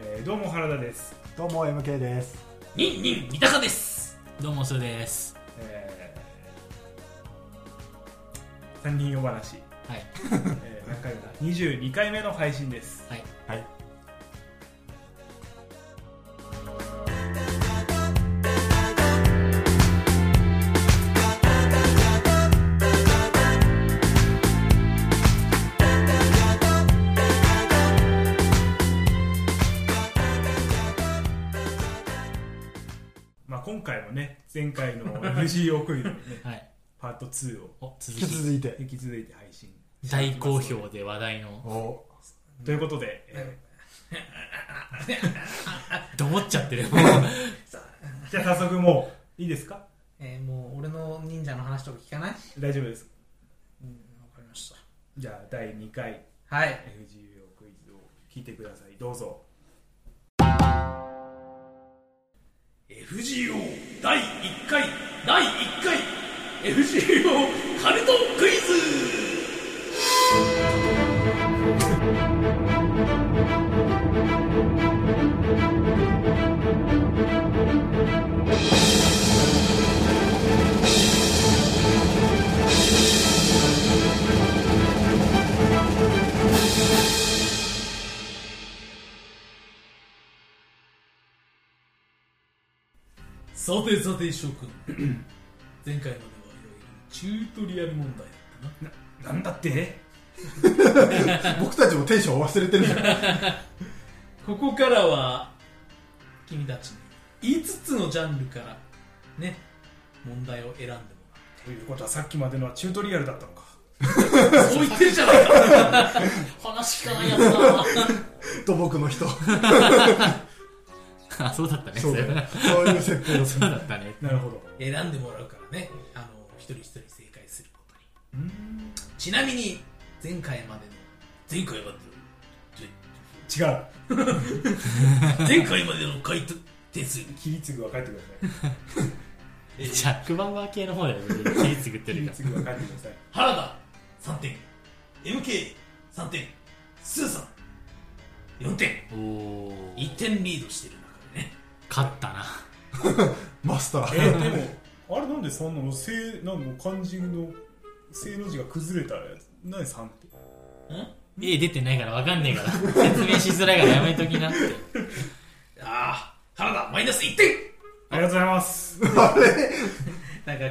えーどうも原田です、どうも MK です。ニンニン三鷹ですどうもすーですえー、三人お話、はいえー、何回目だ22回目の配信ですはいはい。まあ今回もね前回の NGO クイズのねはいパート2をお続引きき続いて。引き続いて配信大好評で話題のおということで、えどもっちゃってるもうーじゃあ早速もういいですかえー、もう俺の忍者の話とか聞かないわ、大丈夫ですうん、わかりましじゃあ第2回たはい FGO クイズを聞いてくださいどうぞ FGO 第1回第1回 FGO カルトクイズさてさて諸君前回まではいろいろチュートリアル問題だなっんだって僕たちもテンション忘れてるじゃん。たなここからは君たちに5つのジャンルからね問題を選んでもということはさっきまでのはチュートリアルだったのからうそう言ってるじゃないか 話聞かないやつだと僕の人。 あそうだったねそうそれだ。そういう設定です そう。だったねなるほど選んでもらうからねあの一人一人正解することにうんちなみに前回までの前回ま違う での前回までの回答点数切り継ぐは帰ってくださジャック・バウアー系の方だよ切りつぐっいて切るりか継ぐは帰ってください原田3点 MK3 点スーさん4点ら おお1点リードしてる中でね勝ったなマスタえー。ー、でもあれなんでそんなの正なんか漢字の正の字が崩れたやつなんで3って絵出てないから分かんねえから説明しづらいからやめときなってああ原田マイナス1点ありがとうございますなんか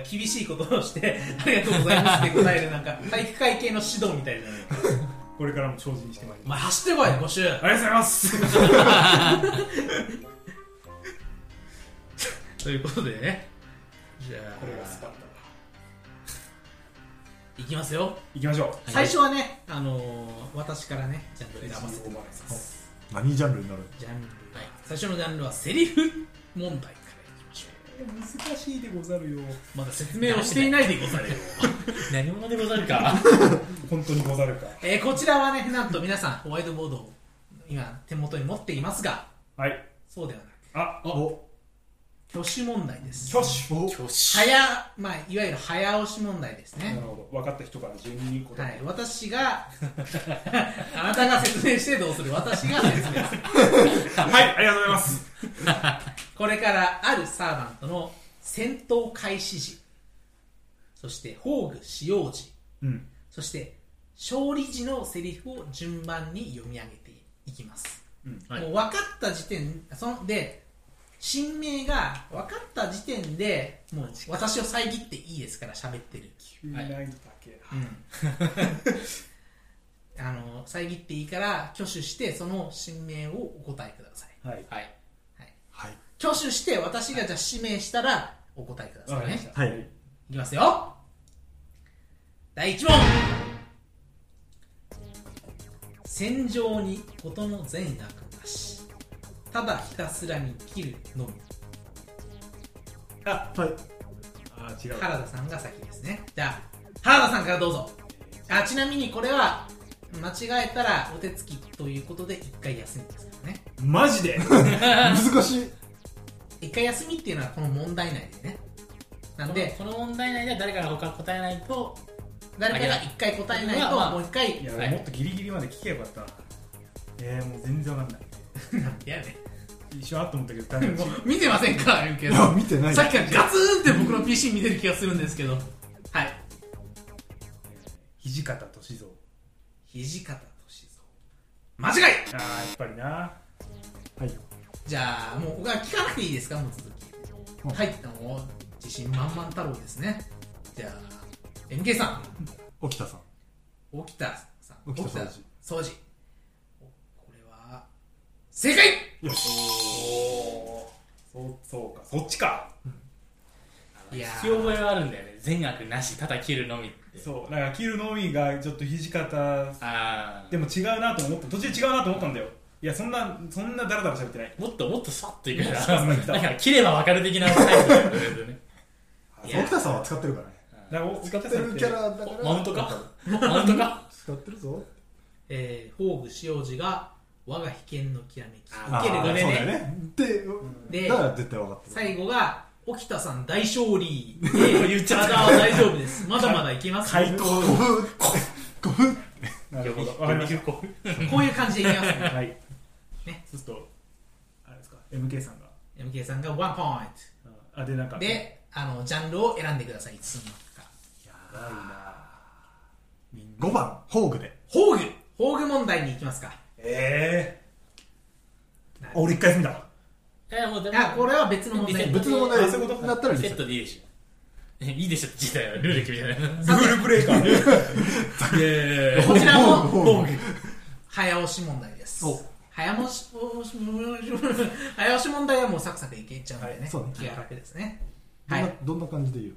厳しいことをして、ありがとうご ざいますって答える、なん か体育会系の指導みたいな。これからも精進してまいりおま前走ってこい、募集。すありがとうございますということでね。じゃあ、これがスパルタだいきますよ。行きましょう最初はね、あのー、私からね、ジャンル選ばせてもらいます。何ジャンルになるジャンル、最初のジャンルはセリフ問題からいきましょえー難しいでござるよう。まだ説明をしていないでござるよ。何者でござるか本当にござるか えーこちらはね、なんと皆さん、ホワイトボードを今、手元に持っていますが、はいそうではなく、あお、挙手問題です。挙手お、早、まあ、いわゆる早押し問題ですね。なるほど分かった人から順に答はえい、私があなたが説明してどうする私が説明するてはい、ありがとうございますこれからあるサーバントの戦闘開始時そして宝具使用時うんそして勝利時のセリフを順番に読み上げていきます、うんはいもう分かった時点そので新名が分かった時点でもう私を遮っていいですから喋ってる9ラインだけ、 あの遮っていいから挙手してその新名をお答えくださいはいはいはい。挙手して私がじゃあ指名したらお答えくだわかさいりまねした、はいいきますよ第1問戦場に事の善悪なしただひたすらに切るのみはい。あー違う原田さんが先ですねじゃあ原田さんからどうぞあちなみにこれは間違えたらお手つきということで1回休みですからねマジで難しい。 1回休みっていうのはこの問題内でねなんでこの問題 内では誰かが他答えないと誰かが1回答えないともう1回いや、はいもっとギリギリまで聞けばよかったなえー、もう全然わかんないなんてやね一瞬あっと思ったけどダメんだ もしう見てませんから言うけいどや見てないさっきからガツンって僕の PC 見てる気がするんですけどはい土方歳三土方歳三間違いああやっぱりなはいじゃあもう僕は聞かなくていいですかもう続うんき入ったのを自信満々太郎ですねじゃあ MK さん沖田さん沖田さん沖田総司掃除これは正解よしそうそうかそっちかいやー聞き覚えはあるんだよね善悪なしただ切るのみってそうだから切るのみがちょっと土方ああでも違うなと思った途中違うなと思ったんだよいやそんなそんなダラダラ喋ってないもっともっとさっといくからそうそうだから切れば分かる的なタイプだよ ね沖田さんは使ってるからねだからお使ってるキャラだからマウントかマウントか使ってるぞえー、宝具塩路が我が被験のきらめきあ受けるあこーれそうねだよねででだから絶対分かってる最後が沖田さん大 勝利言っちゃったは大丈夫ですまだまだいけますよ回答ゴフゴフなるほどわかりましたこういう感じでいきますねはいねそうするとあれですか MK さんが MK さんがワンポイントあでなんかであのジャンルを選んでください5つの中からやばいなみんな5番宝具で宝具宝具問題に行きますかええー、あ俺一回済んだいやもうでもあこれは別の問題別別の問あそういうこと題だったらいいセでッすよトでいいでしょ いいでしょって自体はルール決めじゃないルールブレーカーねいやいやいやこちらも宝具宝具早押し問題ですお早押し早押し問題はもうサクサクいけちゃうんでね、はいそうね気が楽ですねどはんいなどんな感じで言う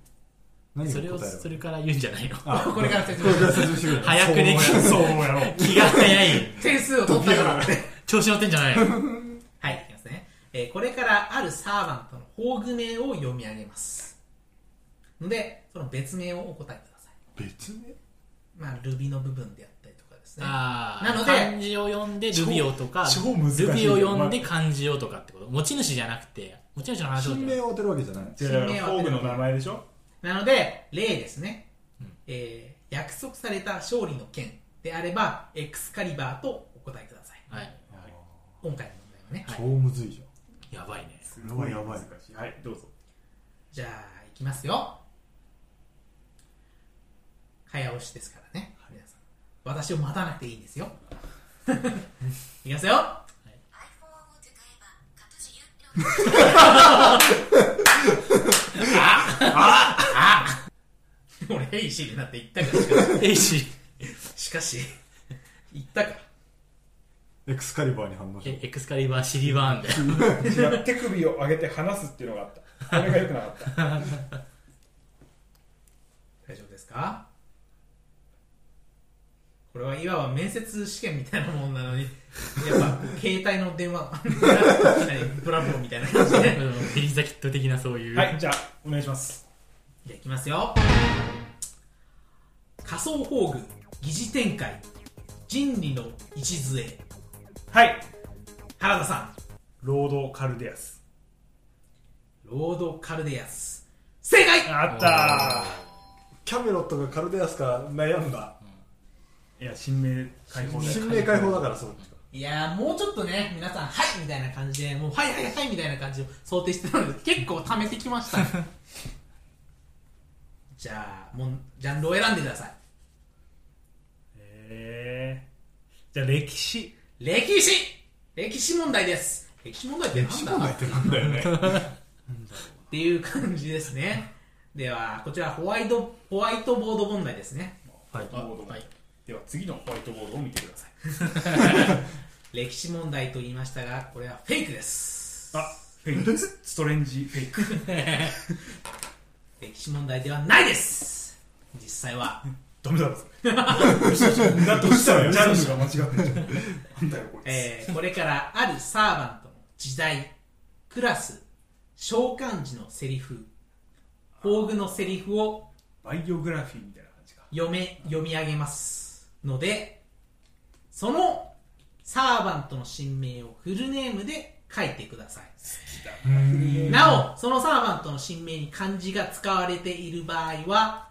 何を答そえれれをばそれから言うんじゃないのあ これから説これから明します説明してくれ早くできるそうやろ気が早い点数を取ったからって調子乗ってんじゃないのはい、いきますね。えーこれからあるサーバントの宝具名を読み上げます。ので、その別名をお答えください。別名まあ、ルビの部分であったりとかですね。 あーなので漢字を読んでルビオとか超超難しいルビを読んで漢字をとかってこと持ち主じゃなくて持ち主の話を 新名を当てるわけじゃない違うだから工具の名前でしょなので、例ですね。えー約束された勝利の剣であれば、エクスカリバーとお答えください。はい今回の問題はね。はい超むずいじやばいねすごいやば難いしいはいどうぞじゃあ、いきますよ。早押しですからね。皆さん。私を待たなくていいんですよ。 いきますよ。 iPhone を使えばかとしゆう俺、ヘイシーになって言ったからしかし、えいししか し、言ったか。ゃんエクスカリバーに反応しえてエクスカリバーシリバーンだよ違う手首を上げて離すっていうのがあったこれが良くなかった大丈夫ですかこれはいわば面接試験みたいなもんなのに、やっぱ、携帯の電話、 ブラボーみたいな感じで。うんビリザキット的なそうい う、はいじゃあお願いしますじゃあ、いきますよ。仮想宝具、疑似展開、人理の礎、はい原田さロードカルデアスん、ロードカルデアス、正解あったキャメロットがカルデアスから悩んだーいや新名解放だ新名解放だからそういやーもうちょっとね、皆さん、はいみたいな感じで、もう、はいはいはいみたいな感じを想定してたので、結構溜めてきました。 じゃあ、もう、ジャンルを選んでくださえー、じゃあ歴史い。歴史歴史問題です。歴史問題って歴史な問んだ題ってなんだよねっていう感じですね。では、こちら、ホワイト、ホワイトボード問題ですね。はいボードはいでは次のホワイトボードを見てください歴史問題と言いましたが、これはフェイクです。あフェイクストレンジフェイク歴史問題ではないです実際は。ダメだろそれだとしたらジャンルが間違ってるなんだよこれ、えーこれからあるサーバントの時代クラス召喚時のセリフ宝具のセリフをバイオグラフィーみたいな感じか読め読み上げますのでそのサーバントの新名をフルネームで書いてくださいなおそのサーバントの新名に漢字が使われている場合は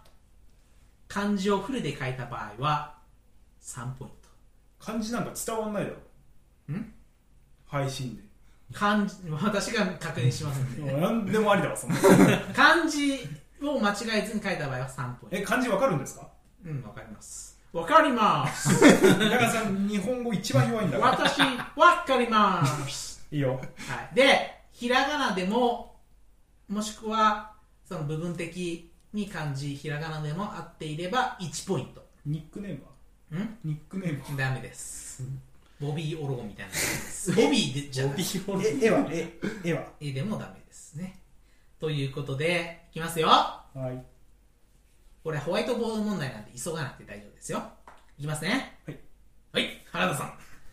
漢字をフルで書いた場合は3ポイント漢字なんか伝わんないだろん配信漢字私が確認しますんででもう何でもありだわそんな漢字を間違えずに書いた場合は3ポインえ漢字わかるんですかトうんわかりますわかり ます中さん日本語一番弱いんだから私わかりますいいよはい、で、ひらがなでも、もしくは、その部分的に漢字、ひらがなでも合っていれば1ポイント。ニックネームはんニックネームはダメです。ボビー・オロゴみたいな感 じです。ボビーでじゃない。え絵は絵絵はえでもダメですね。ということで、いきますよ。はいこれホワイトボード問題なんで急がなくて大丈夫ですよ。いきますね。はい。はい、原田さん。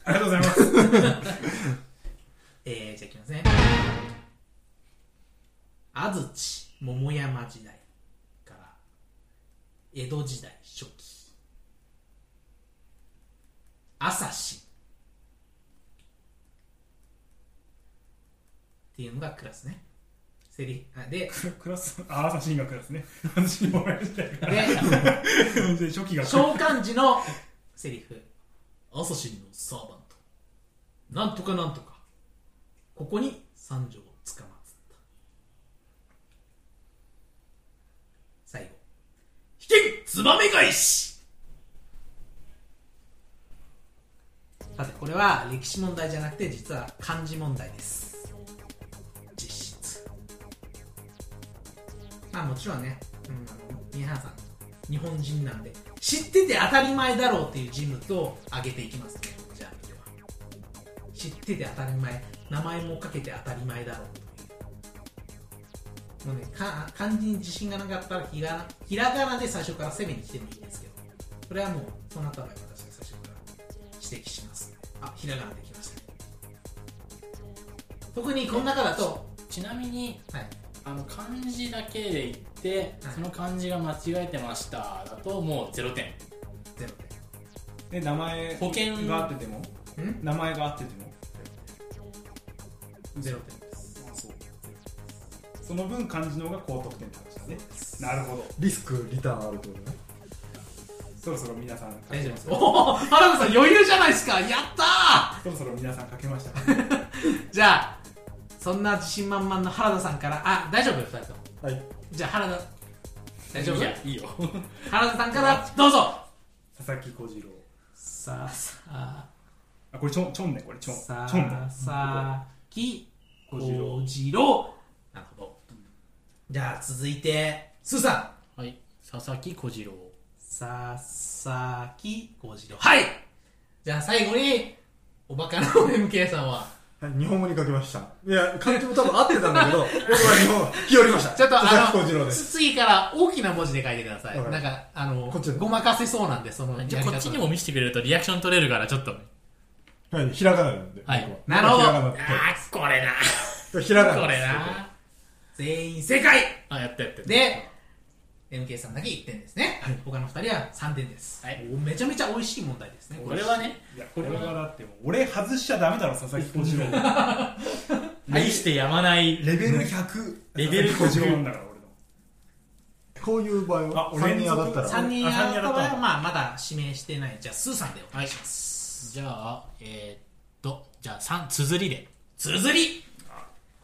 ありがとうございますえー、じゃあいきますね。安土桃山時代から江戸時代初期朝日っていうのがクラスねセリあでクラスあ朝進学クラスね私もやりたいかでらで初期が召喚時のセリフ朝日のサーバントなんとかなんとかここに三条をつかまつった最後引けツバメ返しさてこれは歴史問題じゃなくて実は漢字問題です実質まあもちろんね、うん、あの皆さん日本人なんで知ってて当たり前だろうっていう人物を挙げていきますねじゃあでは知ってて当たり前名前もかけて当たり前だろうというもうねか漢字に自信がなかったらひらひらがなで最初から攻めに来てもいいんですけどこれはもうそのあたりは私が最初から指摘しますあひらがなできましたね特にこの中だと、ちなみにはい、あの漢字だけで言ってはいその漢字が間違えてましただともう0点ゼロえ名前保険があってても点ん名前があっててもゼロ点ですあそうその分漢字の方が高得点って話だねなるほどリスクリターンあるってことねそろそろ皆さん大丈夫ですおお原田さん余裕じゃないですかやったーそろそろ皆さん書けましたかじゃあそんな自信満々の原田さんからあ大丈夫2人ともはいじゃあ原田大丈夫いやいいよ原田さんからどうぞ佐々木小次郎さあさああこれちょんちょんねこれちょんちょさんあださあき小次郎小次郎なるほどじゃあ続いてスーさんはい佐々木小次郎ささき小次郎はいじゃあ最後におバカの MK さんははい日本語に書きましたいや漢字も多分合ってたん だけど僕は日本日和りましたちょっと佐々あ木の小次郎ですつ次から大きな文字で書いてください、はいなんかあのこっちごまかせそうなんでそのじゃあこっちにも見せてくれるとリアクション取れるからちょっとはいひらがななんではい僕なるほどひらがなあーこれなはいひらがなこでれすな全員正解あやったやったで、MK さんだけ1点ですね。他の2人は3点です、はいおめちゃめちゃ美味しい問題ですね。これはねいやこれはだってもう俺外しちゃダメだろ佐々木小次郎愛してやまないレベル100レベル佐100々木小次郎なんだから俺のこういう場合はあ3人上がった連続ら3人あ三人ややったら場合かは、まあ、まだ指名してない。じゃあ、スーさんでお願いします。じゃあえー、っとじゃあ3綴りでつづり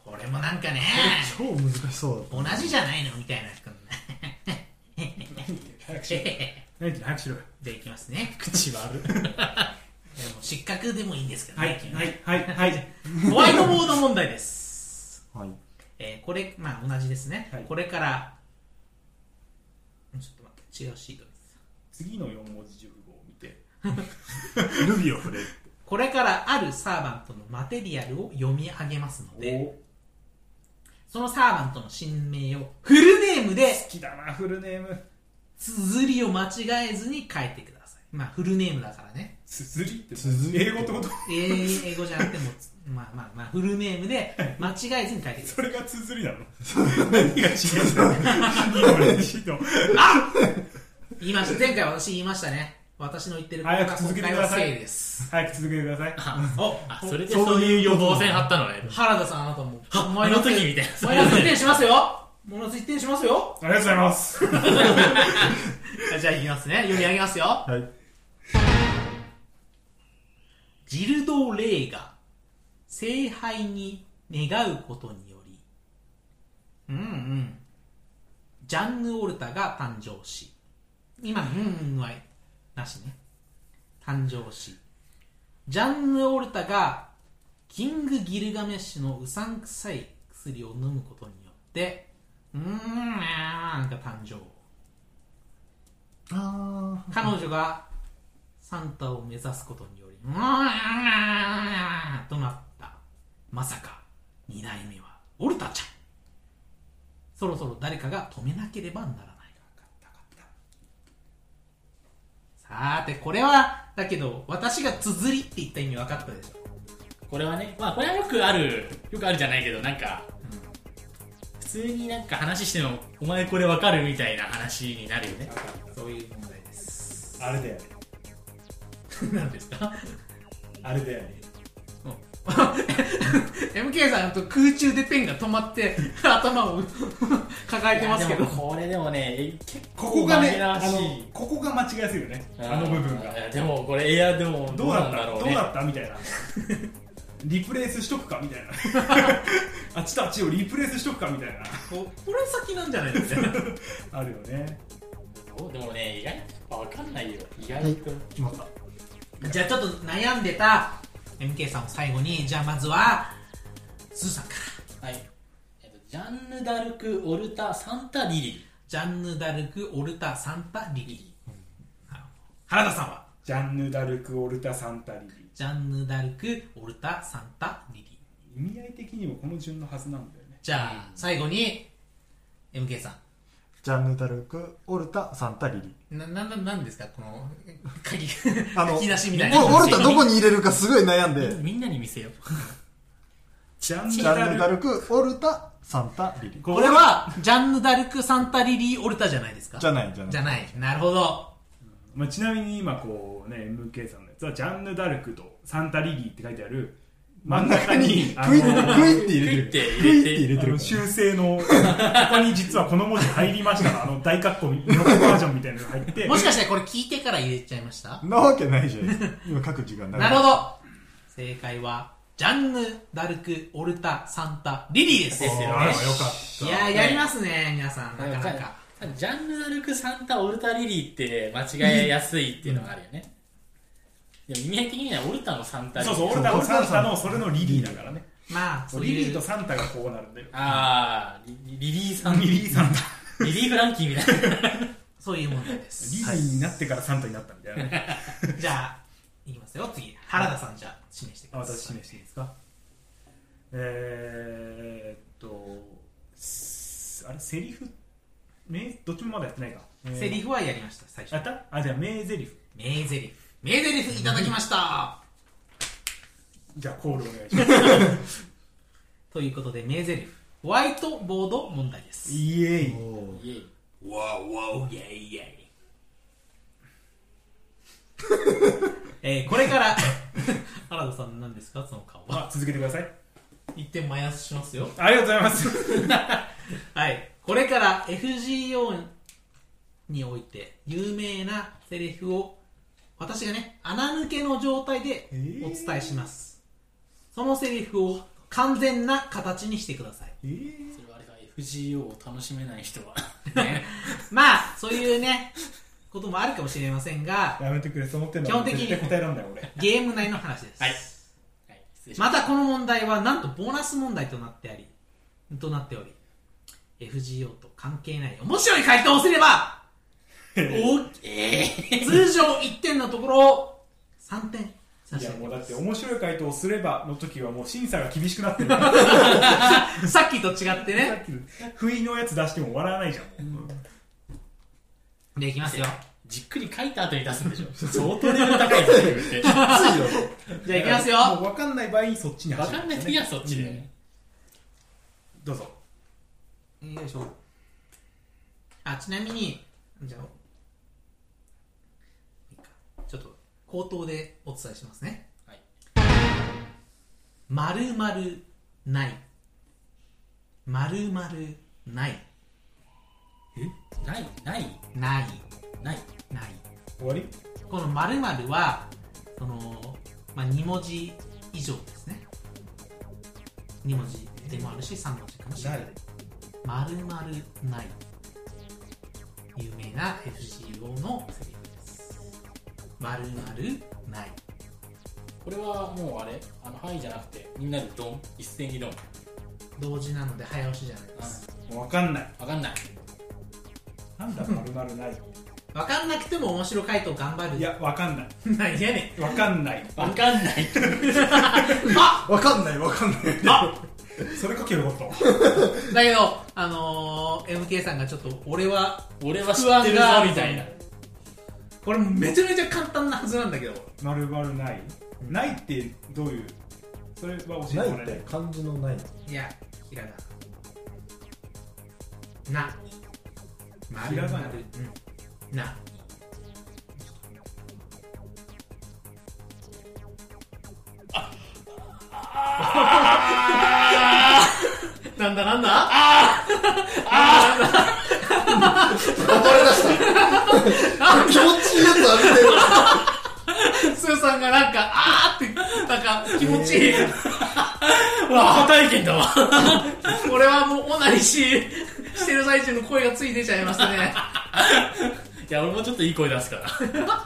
これもなんかね、超難しそう同じじゃないのみたいな。早く しろじ何早くしろよゃあ、いきますね。口悪でも失格でもいいんですけどはね。いはいはいはいホワイトボード問題です。だはいえーこれ、まあ同じですね。はいこれから、ちょっと待って、違うシートです。次の4文字熟語を見てルビーを振れこれからあるサーバントのマテリアルを読み上げますので、そのサーバントの新名をフルネームで好きだなフルネーム綴りを間違えずに書いてください。まあ、フルネームだからね。綴りって綴り英語ってことえー英語じゃなくても、まあまあまあ、フルネームで間違えずに書いてくださそれが綴りなの何が違うんだよいいのい。言い ました。前回私言いましたね。私の言ってる早くが続け今て回くはださい正です。早く続けてくださいおあそれでそういう予防線張ったのね原田さんあな たもう、あ前の時みたいなマイナス1点しますよマイナス1点しますよありがとうございますじゃあいきますね。読み上げますよ。はいジルド・レーガ聖杯に願うことにより、うんうん、ジャンヌ・オルタが誕生し、今、うんうんはなしね。誕生し、ジャンヌ・オルタがキング・ギルガメッシュのうさんくさい薬を飲むことによって、うーん、なんか誕生。あ彼女がサンタを目指すことにより、うーんとなった。まさか、二代目はオルタちゃん。そろそろ誰かが止めなければならない。さーて、これは、だけど、私が綴りって言った意味分かったでしょ。これはね、まあこれはよくある、よくあるじゃないけど、なんか、普通になんか話しても、お前これわかるみたいな話になるよね。そういう問題です。あれだよね何ですかあれだよね ?MK さん、と空中でペンが止まって、頭を 抱えてますけいどやで。もこれでもね、え結構ここがね紛らわあしのいここが間違えするよねあの部分がいやでもこれ、いや、でもどどううだなっんただろうどうね。だったみたいなリプレイスしとくかみたいなあっちとあっちをリプレイスしとくかみたいなこ これ先なんじゃないですかあるよねそうでもね、意外とわかんないよ。意あ外はいと。決まったじゃあちょっと悩んでた MK さんを最後にじゃあまずはスーさんからはい。えっと、ジャンヌ・ダルク・オルタ・サンタ・リリジャンヌ・ダルク・オルタ・サンタ・リリー、なるほど原田さんはジャンヌ・ダルク・オルタ・サンタリリジャンヌ・ダルク・オルタ・サンタ・リリー意味合い的にもこの順のはずなんだよねじゃあ最後に MK さジャンヌ・ダルクオルタ・サンタ・リリんななななんですかこの鍵あの引き出しみたいなオオルタどこに入れるかすごい悩んでー。みんなに見せよう。ジャンジヌ・ャンダヌ・ダルルクオルタ・サンタ・リリこれはジャンヌ・ダルク・サンタ・リリー・オルタじゃないですかじゃないじゃないじゃないなるほどまあ、ちなみに今こうね MK さんのやつはジャンヌ・ダルクとサンタリリーって書いてある真ん中にあクイックのイって入れてるクイッて入れてクイッて入れてあるの修正のここに実はこの文字入りました があの大括弧のバージョンみたいなのが入ってもしかしてこれ聞いてから入れちゃいましたなわけないじゃん今書く時間ないなるほど正解は、ジャンヌ・ダルク・オルタ・サンタ・リリーです。ですよああねよ。かったいやー、やりますね、皆さん。なかなか。ジャンヌ・ダルク・サンタ・オルタ・リリーって間違えやすいっていうのがあるよね。でも意味合い的にはオルタのサンタリリそーうそう、オルタのサンタのそれのリリーだからね。まあ、そうリリいーうと、サンタがこうなるんだよ。あー、リリリーさん。リリーサンタ。リリー・フランキーみた いな。そういう問題です。リリーになってからサンタになったみたいなね。じゃあ、いきますよ、次。原田さん、じゃあ、指名してくあださい。私示していいですか。えー、っと、すあれ、セリフ名どっちもまだやってないか。えーセリフはやりました、最や初っ。たあ、じゃあ名セリフ。名台詞。名台詞いただきました。じゃあコールお願いします。ということで、名台詞。ホワイトボード問題です。イエーイ。おーイエイわおわおイェイイェイ えーこれから 原田さん何ですかその顔はあ、続けてください。一点マイナスしますよありがとうございます。 はいこれから FGO において有名なセリフを私がね穴抜けの状態でお伝えします、そのセリフを完全な形にしてくださいえーそれはあれか、FGO を楽しめない人 は。まあそういうねこともあるかもしれませんがやめてくれ、その手の基本的に絶対答えらんだよ、俺。ゲーム内の話です、はいはい、失礼しままたこの問題はなんとボーナス問題となってありとなっており FGO と関係ない面白い回答をす れば OK 通常1点のところを3点差いしや上げもうだまって面白い回答をすればの時はもう審査が厳しくなってるすさっきと違ってさねっきの不意のやつ出しても笑わないじゃん、でいきますよじっくり書いた後に出すんでしょ。 相当レベル高いですよ、こ れって。じゃあいきますもよう分かんない場合にそっちにわ走るかんない次はそっちで。どうぞよいしょあちなみにじゃあいいかちょっと口頭でお伝えしますねはいまるまるないまるまるないない、ない、ないない。ない終わりこの〇〇はその、まあ、2文字以上ですね2文字でもあるし3文字かもしれないまるまるない有名な FGO のセリフですまるまるないこれはもうあれあのはいじゃなくてみんなでドン一斉にドン同時なので早押しじゃないですもう分かんないわかんないなんだまるまるないって分かんなくても面白回答頑張るいや分かんない何やね分かんないわかんないわかんないわかんないそれかけよかったんだけどあのー、MK さんがちょっと俺は俺は知ってるぞみたいなこれめちゃめちゃ簡単なはずなんだけどまるまるないないってどういうそれは教えてもならいっえて漢字のないいやひらがななまひらるがなまるうんななんだなんだ暴れ出した気持ちいいやつあげてるスーさんがなんか、あーって、なんか気持ちいい。わあ体験だわ 俺はもうオナニーし、してる最中の声がつい出ちゃいましたね。いや俺もちょっといい声出すか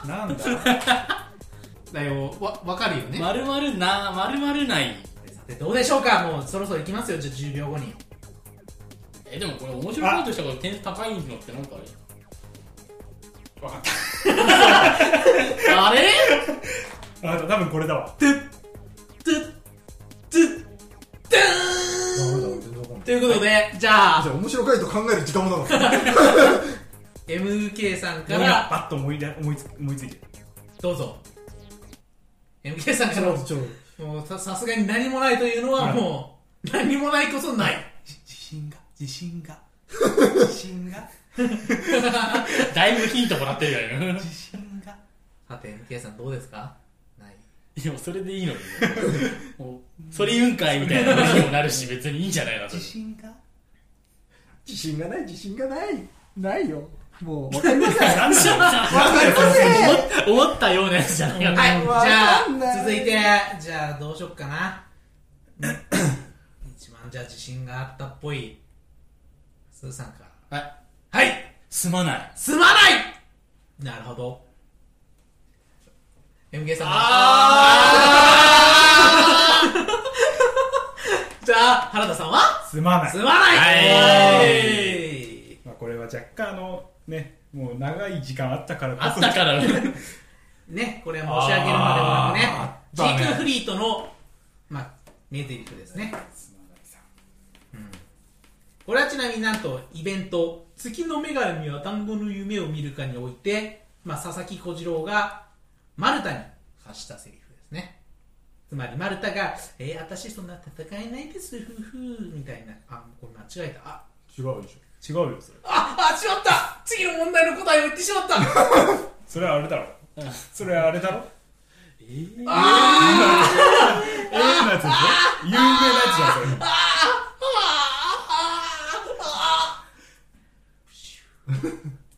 らなんだだよわわかるよね、まるまるなまるまるないさてどうでしょうかもうそろそろいきますよじゃあ10秒後にえでもこれ面白いことしたから点数高いのってなんか分かった あれ分あれかった多分これだわダメだ全然わかんないということでじゃじあゃあ面白いと考える時間もなかった MK さんか俺がらパッと思い出思いつ思いついてどうぞ MK さんかちらょちょもうささすがに何もないというのははいもう何もないこそない自信が自信が自信がだいぶヒントもらってるよね自信がさて MK さんどうですかない いやそれでいいのにねもうそれ言うんかいみたいな話にもなるし別にいいんじゃないなと信が自信がない自信がないない よもうわかりませんわかなんだろりませんう思ったようなやつじゃないかはい、うんじゃわかんなあい続いてじゃあどうしよっかな 一番じゃあ自信があったっぽいスーさんからなはいはいすまないすまないなるほど MK さん じゃあ原田さんはすまないすまない、はいえまあ、これは若干あのねもう長い時間あったからこあそった からーねこれは申し上げるまでもなくあーあねったねジークフリートのまあ名台詞ですねすまないさこれはちなみになんとイベント「月の女神は単語の夢を見るか」において、まあ、佐々木小次郎が丸太に発したセリフですねつまり丸太が「えー、私そんな戦えないですふふ」みたいなあこれ間違えたあ違うでしょ違うよそれああしまった次の問題の答えを言ってしまった それはあれだろそれはあれだろええー、えー、のやつでしょ有名なやつだそれ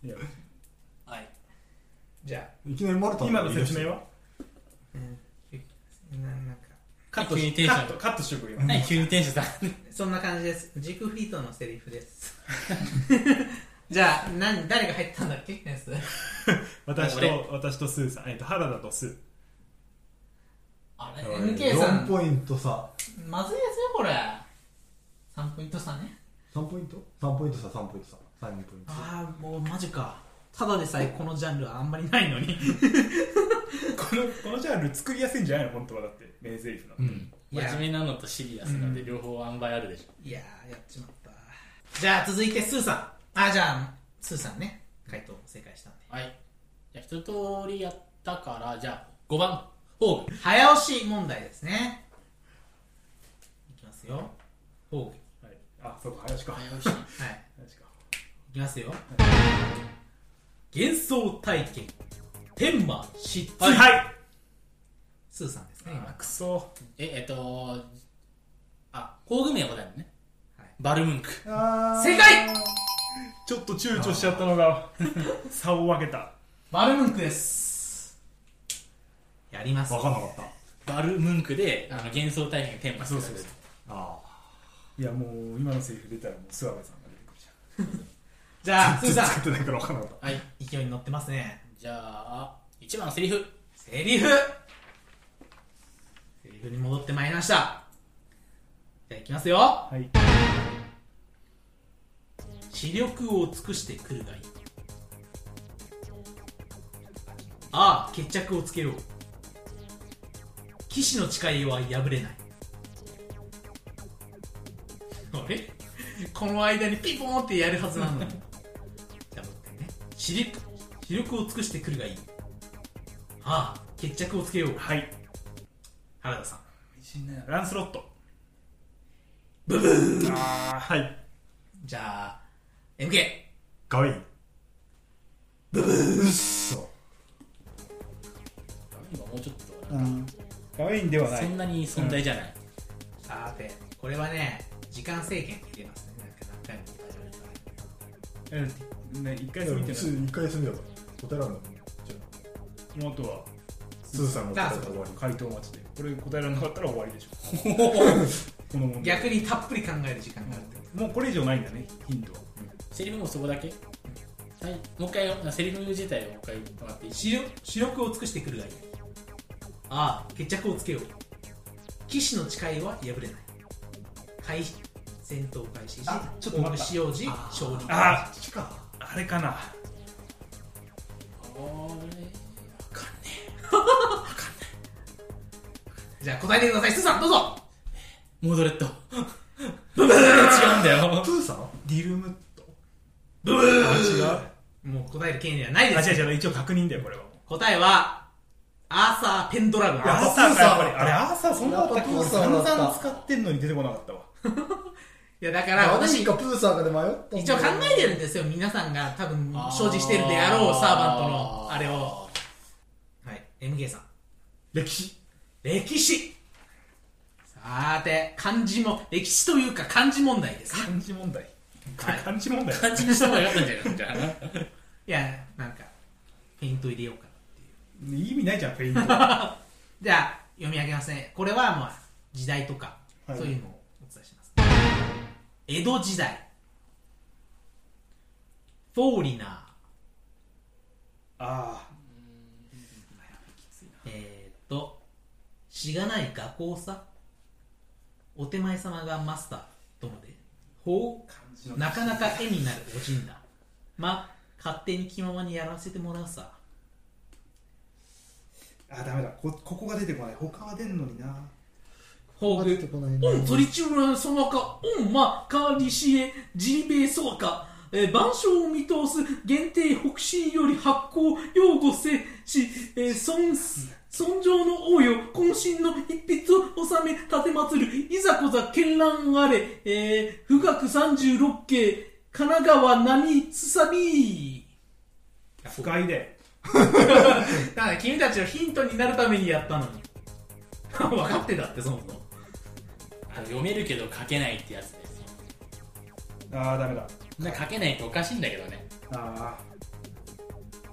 いやはいじゃいきなりマルタ今の説明はあ、うん、ななんかカット急にしテンシカョンットカットしとくよ今何急にテンションさそんな感じですジークフリートのセリフです じゃあ何誰が入ったんだっけやつ私俺と私とスーさんえっと原田とスーあれうん MK さん4ポイント差まずいですよこれ3ポイント差ね3ポイント3ポイント差3ポイント差3ポイント差ああもうマジかただでさえこのジャンルはあんまりないのにこのこのジャンル作りやすいんじゃないの本当はだって名台詞なの、うんい や真面目なのとシリアスなので両方塩梅あるでしょいやーやっちまったじゃあ続いてスーさんあーじゃあスーさんね回答正解したんではいじゃあ一通りやったからじゃあ5番ホーグ早押し問題ですねいきますよほうはい、あそうか林か早押しはい林かいきますよ幻想体験天馬失は墜、い、スーさんですね今あくそええっとあホーグ名は答えるね、はいバルムンクあ正解ちょっと躊躇しちゃったのが差を分けたバルムンクですやります分かんなかったバルムンクであの幻想体験のテーマそうそうあいやもう今のセリフ出たらもう諏訪部さんが出てくるじじゃあ、ゃすんずさん。使ってないから分からなかっはい、勢いに乗ってますね。じゃあ1番セリフセリフセリフに戻ってまいりました。じゃあ、いきますよ。はい視力を尽くしてくるがいい。ああ、決着をつけよう。騎士の誓いは破れない。あれこの間にピポーンってやるはず なのに。じゃあ、もう一回ね。視力、視力を尽くしてくるがいい。ああ、決着をつけよう。たはい原田さん。ランスロットじゃあ、MK。かわいい。今もうちょっとガウェインではなそいんなに存在じゃない、さて、これはね、時間制限入れますね。なんか何回も答えられるからうんね一回いや見て普ない通一回休みだから。答えらんだもん。じゃその後はあスーさんの答えが終わり。回答待ちでこれ答えられなかったら終わりでしょこの問題逆にたっぷり考える時間があるってこもうこれ以上ないんだねヒントはセリフもそこだけ、はいもう一回よセリフ自体をもう一回もらっていいと。視力視力を尽くしてくるがいい。ああ、決着をつけよう。騎士の誓いは破れない。開始戦闘開始時、あちょっと待った使用時、勝利。あっちか。あれかなじゃあ答えてください。すずさん、どうぞモードレ ッド違うんだよスーさんディルムットもう答える権利はないあです。違う違う一応確認だよこれは答えは、アーサー・ペンドラゴン。アーサーかやっぱりあれアーサーそんなだったっけ俺やっぱプーさんだった散々使ってんのに出てこなかったわいや、だから、私、かプーさんかで迷った一応考えてるんですよ皆さんが多分生じしてるであろうサーバントのあれをはい MK さん歴史。歴史さーて漢字も歴史というか漢字問題ですね漢字問題はい漢字問題感じにした方が良かったんじゃないじゃあいやなんかフェイント入れようかな意味ないじゃんフェイン トはじゃあ読み上げますねこれはまあ時代とか、はいそういうのをお伝えします江戸時代フォーリナーあえー、っと、しがない画工さ。お手前様がマスターともで、ほう、なかなか絵になるおじんだ。ま、勝手に気ままにやらせてもらうさ。ーあダメだこここが出てこない他は出んのになほうぐ、おん、取りちゅうそのか、おん、ま、かりしえ、じりべえそうか。えー、万象を見通す限定北進より発行擁護せし、えー、尊す、尊上の王よ、渾身の一筆を収め立てまつる、いざこざ絢爛あれ、えー、富岳三十六景、神奈川波すさび。不快でだから君たちのヒントになるためにやったのに。 分かってたって、そもそも。読めるけど書けないってやつですああダメだなんか書けないっておかしいんだけどねああ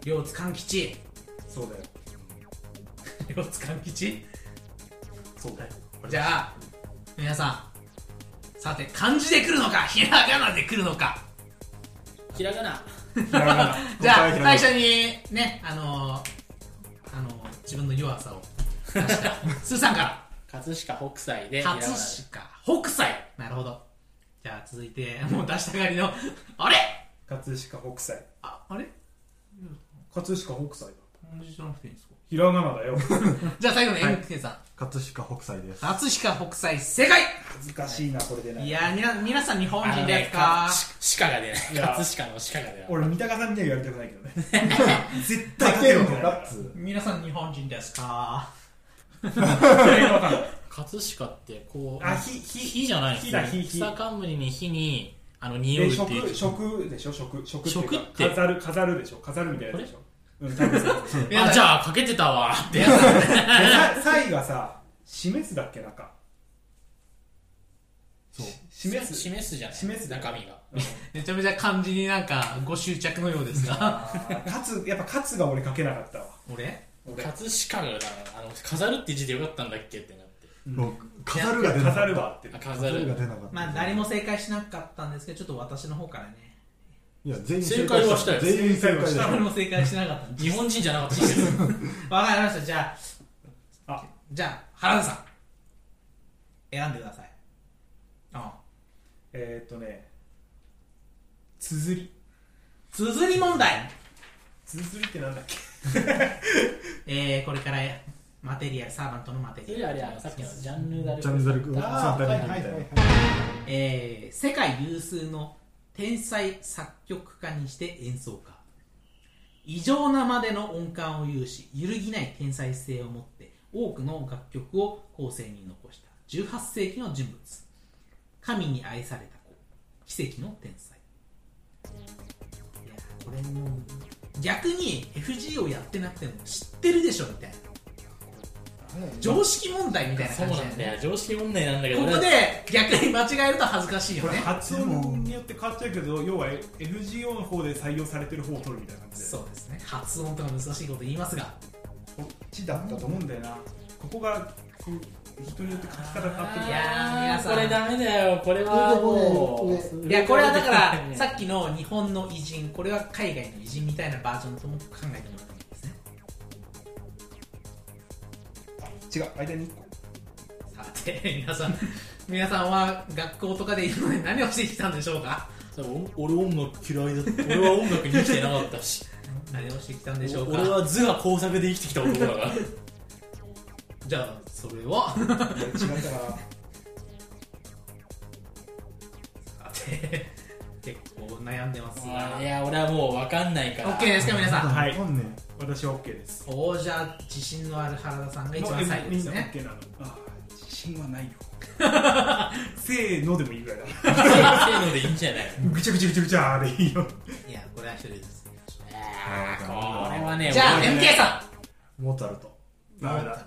両津勘吉。そうだよ両津勘吉そうだよじゃあ、皆さん、さて、漢字で来るのか、ひらがなで来るのか。ひらがな じゃ答えあ、ひらが最な初に、ね、あのー、あのー、自分の弱さを出 した。スーさんか葛飾北斎でら、葛飾、北斎。なるほど。じゃあ、続いて、もう出したがりの、あれ葛飾北斎あ、あれ葛飾北斎だ漢字じゃなくていいんですかひらがなだよじゃあ、最後のはいエンケンさん。葛飾北斎 です。葛飾北斎、正解恥ずかしいなこれでないいやー、みな、皆さん日本あ人のですねかし鹿が出ないいや葛飾の鹿が出ない俺三鷹さんにはやりたくないけどね 絶対だ勝てけるのんじゃないラッツ。皆さん日本人ですか葛飾ってこうあ火火火じゃない火だ火火草冠に火にあの匂うでってい食う食でしょ食食っていうか食って飾る飾るでしょ飾るみたいなやつでしょうん多分そうそうあじゃあかけてたわってやでさ サイがさ示すだっけなんかそう。つ示す示すじゃない示す中身がめちゃめちゃ漢字になんかご執着のようです が勝つやっぱ勝つが俺書けなかったわ俺俺葛飾がだなあの飾るって字でよかったんだっけってなってもう飾るが出なかった飾るは合ってるあ飾飾るが出るなかったまあ誰も正解しなかったんですけどちょっと私の方からねいや全員正解はしたよ全員正解した誰も正解しなかったんで日本人じゃなかったですけどわかりましたじゃああじゃあ原田さん選んでくださいあえーっとね綴り綴り問題綴りってなんだっけえー、これからマテリアルサーバントのマテそリアれルあれあのさっきのジャンヌ・ダルジャンヌダルクサンタリーみたいな、えー、世界有数の天才作曲家にして演奏家異常なまでの音感を有し揺るぎない天才性を持って多くの楽曲を後世に残した18世紀の人物神に愛された子奇跡の天才いやこれもう逆に FG をやってなくても知ってるでしょみたいな常識問題みたいなそう感じだなよんねだよ常識問題なんだけどここで逆に間違えると恥ずかしいよこれね発音によって変わっちゃうけど要は FGO の方で採用されてる方を取るみたいな感じで そうですね発音とか難しいこと言いますがこっちだったと思うんだよなここがこう人によって書き方変わってるいやー皆さんこれダメだよこれはもういやこれはだからさっきの日本の偉人これは海外の偉人みたいなバージョンとも考えてもらったらいいですね違う間に1個さて皆 さん皆さんは学校とかで今まで何をしてきたんでしょうかそう俺俺音楽嫌いだった俺は音楽に生きてなか ったし何をしてきたんでしょう俺かは図が工作で生きてきた男だからじゃあそれは違ったらさて結構悩んでますあが ーいや俺はもう分かんないから OK ですか皆さんはいわかんね 私は OK ですおーじゃあ自信のある原田さんが一番最もうえ後ですみんなね OK なのあー自信はないよ せーのでもいいぐらいだせーのでいいんじゃないえぐちゃぐちゃぐちゃぐちゃでいいよいやこれは一人ですあーこれはねじゃあ俺 MK さんモーツァルトダメだ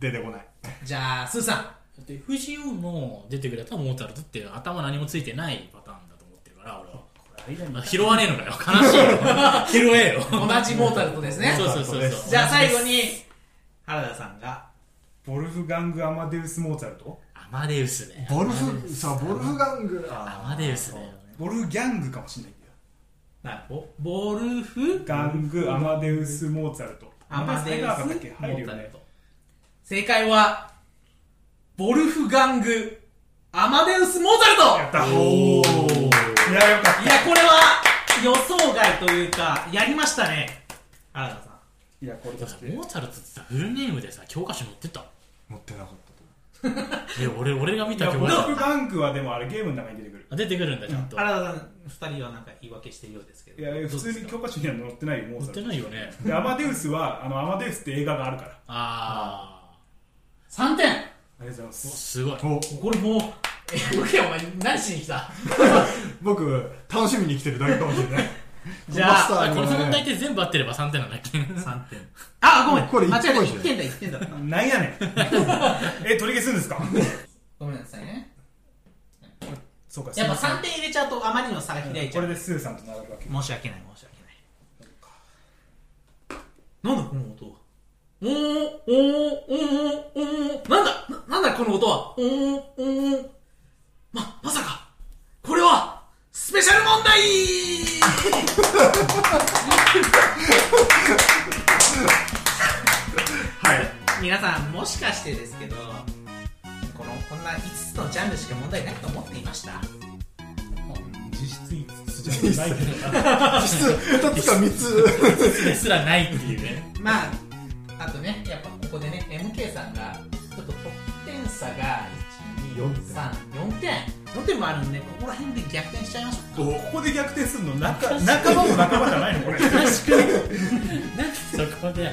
出てこないじゃあスーさんだって不自由の出てくれたモータルトっていう頭何もついてないパターンだと思ってるから俺はあ拾わねえのかよ悲しいよ 拾えよ同じモータルトですね そうそうそうそうじゃあ最後に原田さんがボルフガング・アマデウス・モーツァルト アマデウスねボルフさボルフガングアマデウスだよボルフギャングかもしれないけどなボボルフガング・アマデウス・モーツァルトアマデウス・モアマデウス入らなかったっけ入るーよタルねト正解はボルフガングアマデウス・モーツァルやっトたおいやよかっいやこれは予想外というかやりましたね原田さんたいやこれだってモーツァルトってさフルネームでさ教科書載ってた持ってなかったえ俺俺が見いやた教ボ科ル書フガングはでもあれゲームの中に出てくるあ出てくるんだちゃんと原田さん2人はなんか言い訳してるようですけどいや普どう通ですにか教科書には載ってないよモー載ツっァルてないよねトでアマデウスはあのアマデウスって映画があるからあああ3点りがとうございますすごいおこれもうえウケお前何しに来た僕楽しみに来てるだけかもしれないじゃあマスターあにこはのね問題って全部合ってれば3点なんだっけ3点あごめんこれ一間個違えた一緒1点だ1点だったなんやねんえ取り消すんですかごめんなさいねそうかやっぱスーさん3点入れちゃうとあまりの差が開いちこゃうれでスーさんと並ぶわけ申し訳ない申し訳ないなんだこの音はおーおーおーおーおーなんだななんだこの音はおーおーままさかこれはスペシャル問題はい皆さんもしかしてですけどこのこんな5つのジャンルしか問題ないと思っていました実質いいじゃないけど質2つか3つですらないっていうねまあ、あとね、やっぱここでね、MK さんが、ちょっと得点差が、1、2、3、4点。4点もあるんで、ここら辺で逆転しちゃいましょうか。ここで逆転するの仲仲間も仲間じゃないのこれそこで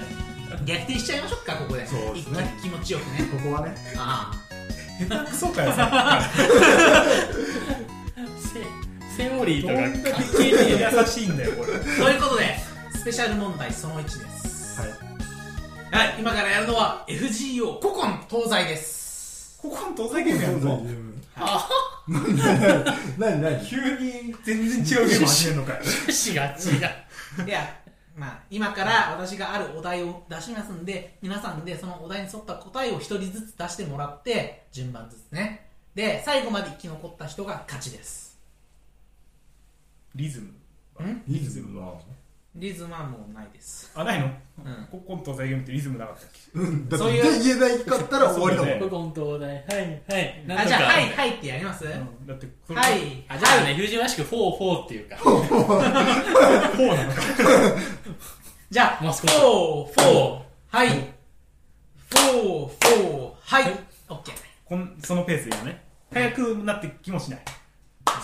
逆転しちゃいましょうか、ここで。そうですね一気に気持ちよく ね。ここはねあそうかよさセセオリーどとんかだけ経関係ねえよに優しいんだよこれあ。ということで、スペシャル問題その1です。はいはい、今からやるのは、FGO 古今東西です。ここの東西ゲームやんぞ何何急に全然違うゲーム始めるのかよ趣旨が違ういや、まあ、今から私があるお題を出しますんで、皆さんでそのお題に沿った答えを一人ずつ出してもらって、順番ずつね。で、最後まで生き残った人が勝ちです。リズムリズムはリズムはもうないです。あないのうん。こコント再現ってリズムなかったっけうんだっそうていう言えないかったら終わりだもそうん、だねコントだねはいはいなんあ、とじかゃあ、はい、はいってやります、だってそれはい。あじゃあね友人らしくフォーフォーっていうかじゃあ、マスコッフォー、フォー、はい。フォー、フォー、はい。オッケー。こんそのペースでいいのね早くなって気もしない